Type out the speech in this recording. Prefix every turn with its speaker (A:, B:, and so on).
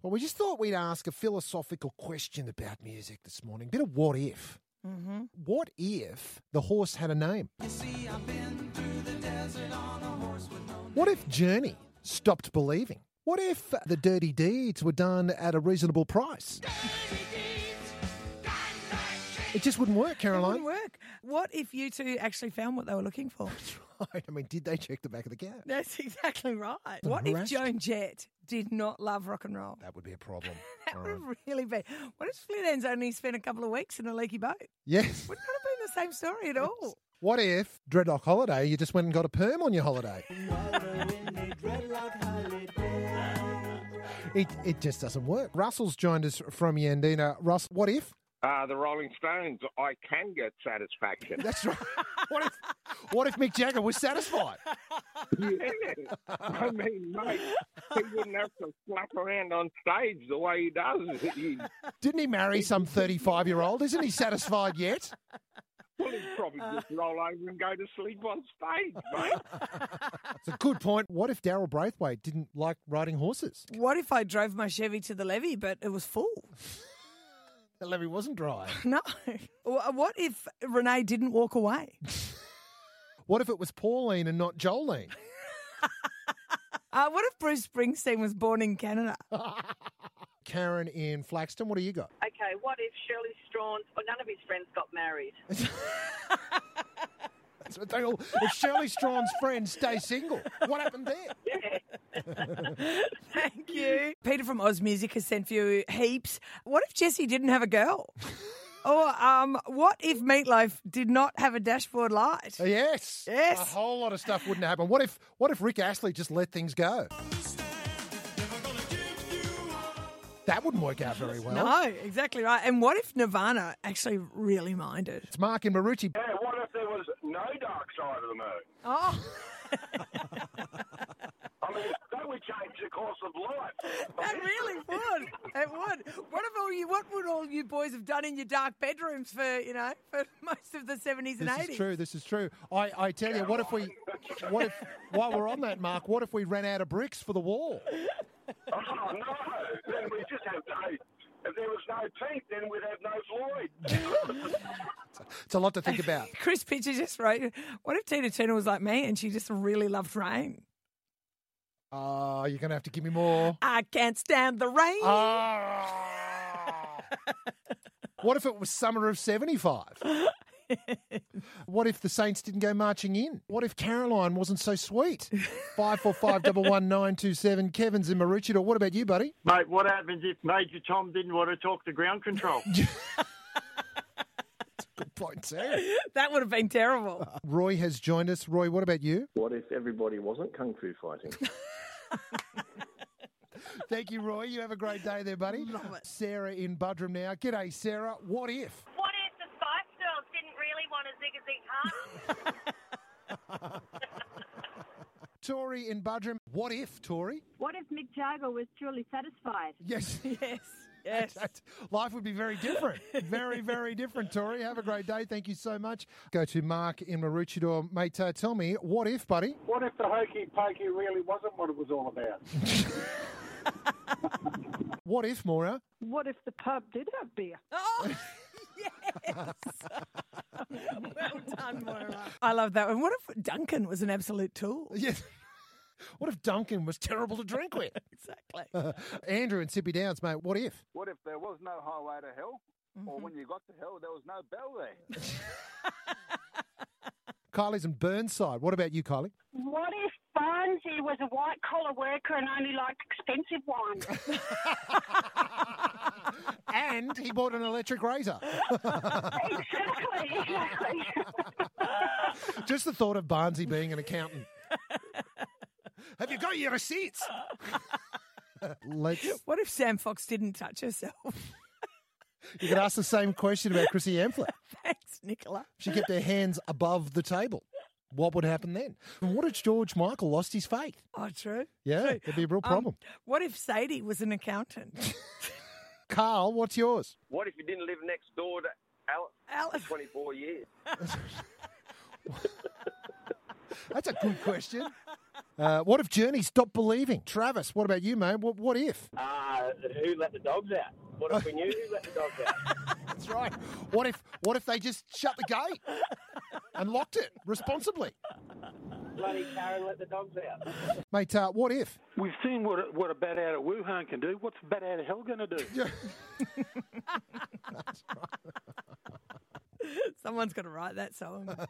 A: Well, we just thought we'd ask a philosophical question about music this morning. Bit of what if. Mm-hmm. What if the horse had a name? What if Journey stopped believing? What if the dirty deeds were done at a reasonable price? It just wouldn't work,
B: It
A: Caroline.
B: wouldn't work. What if you two actually found what they were looking for?
A: Right. I mean, did they check the back of the cab?
B: That's exactly right. What if
A: harassed.
B: Joan Jett did not love rock and roll?
A: That would be a problem.
B: That
A: All
B: would
A: right.
B: have really been. What if Flint's only spent a couple of weeks in a leaky boat?
A: Yes.
B: Would not have been the same story at all.
A: What if dreadlock holiday? You just went and got a perm on your holiday. it it just doesn't work. Russell's joined us from Yandina. Russ, what if?
C: Uh, the Rolling Stones, I can get satisfaction.
A: That's right. What if? What if Mick Jagger was satisfied?
C: I mean, mate, he wouldn't have to flap around on stage the way he does. He,
A: Didn't he marry some thirty-five-year-old? Isn't he satisfied yet?
C: well, he'd probably just roll over and go to sleep on stage, mate.
A: It's a good point. What if Daryl Braithwaite didn't like riding horses?
B: What if I drove my Chevy to the levee, but it was full?
A: The levy wasn't dry.
B: No. Wh- What if Renee didn't walk away?
A: What if it was Pauline and not Jolene?
B: Uh, what if Bruce Springsteen was born in Canada?
A: Karen in Flaxton, what do you got?
D: Okay, what if Shirley Strawn or none of his friends got married?
A: That's what they all. If Shirley Strawn's friends stay single, what happened there?
B: Thank you. Peter from Oz Music has sent you heaps. What if Jessie didn't have a girl? or um, what if Meatloaf did not have a dashboard light?
A: Oh, Yes,
B: Yes.
A: A whole lot of stuff wouldn't happen. What if? What if Rick Astley just let things go? That wouldn't work out very well.
B: No, exactly right. And what if Nirvana actually really minded?
A: It's Mark and Marucci.
C: Yeah, what if there was no dark side of the moon?
B: Oh,
C: I mean, that would change the course of life.
B: that really would. It would. What if all you? What would all you boys have done in your dark bedrooms for you know for most of the seventies and
A: This is
B: eighties?
A: true. This is true. I, I tell you, what if we, what if while we're on that, Mark, what if we ran out of bricks for the wall?
C: Oh, no. Then we just have no... If there was no teeth, then we'd have no Floyd.
A: It's a lot to think about.
B: Chris Pitcher just wrote, "What if Tina Turner was like me and she just really loved rain?
A: Ah, you're gonna have to give me more.
B: I can't stand the rain."
A: Oh. Ah. what if it was summer of 75? what if the Saints didn't go marching in? What if Caroline wasn't so sweet? 545 Kevin's in Maroochydore. What about you, buddy?
E: Mate, what happens if Major Tom didn't want to talk to ground control?
A: Good point, too.
B: that would have been terrible.
A: Roy has joined us. Roy, what about you?
F: What if everybody wasn't kung fu fighting?
A: Thank you, Roy. You have a great day there, buddy. Love it. Sarah in Budrum now. G'day, Sarah. What if?
D: What if the Spice Girls didn't really want a zig a zig party?
A: Tori in Budrum. What if, Tori?
G: What if Mick Jagger was truly satisfied?
A: Yes.
B: yes. Yes.
A: That- Life would be very different. Very, very different, Tori. Have a great day. Thank you so much. Go to Mark in Maroochydore. Mate, uh, tell me, what if, buddy?
H: What if the hokey pokey really wasn't what it was all about?
A: What if, Maura?
G: What if the pub did have beer?
B: Oh, yes. well done, Moira. I love that one. What if Duncan was an absolute tool?
A: Yes. What if Duncan was terrible to drink with?
B: Exactly.
A: Andrew and Sippy Downs, mate, what if?
H: What if there was no highway to hell? Or when you got to hell, there was no bell there?
A: Kylie's in Burnside. What about you, Kylie?
D: What if Barnsey was a white collar worker and only liked expensive wine?
A: And he bought an electric razor.
D: exactly, exactly.
A: Just the thought of Barnsey being an accountant. Have you got your receipts? Let's.
B: What if Sam Fox didn't touch herself?
A: You could ask the same question about Chrissy Amphlett.
B: Thanks, Nicola.
A: She kept her hands above the table. What would happen then? And what if George Michael lost his faith?
B: Oh, true.
A: Yeah,
B: true.
A: it'd be a real
B: Um,
A: problem.
B: what if Sadie was an accountant?
A: Carl, what's yours?
C: What if you didn't live next door to Alice
B: Alice.
C: 24 years?
A: That's a good question. Uh, what if Journey stopped believing? Travis, what about you, mate? What, what if?
I: Uh, who let the dogs out? What if we knew who let the dogs out?
A: That's right. What if? What if they just shut the gate and locked it responsibly,
I: Bloody Karen let the dogs out.
A: mate? Uh, what if?
J: We've seen what a, what a bat out of Wuhan can do. What's a bat out of hell going to do?
B: Someone's got to write that song.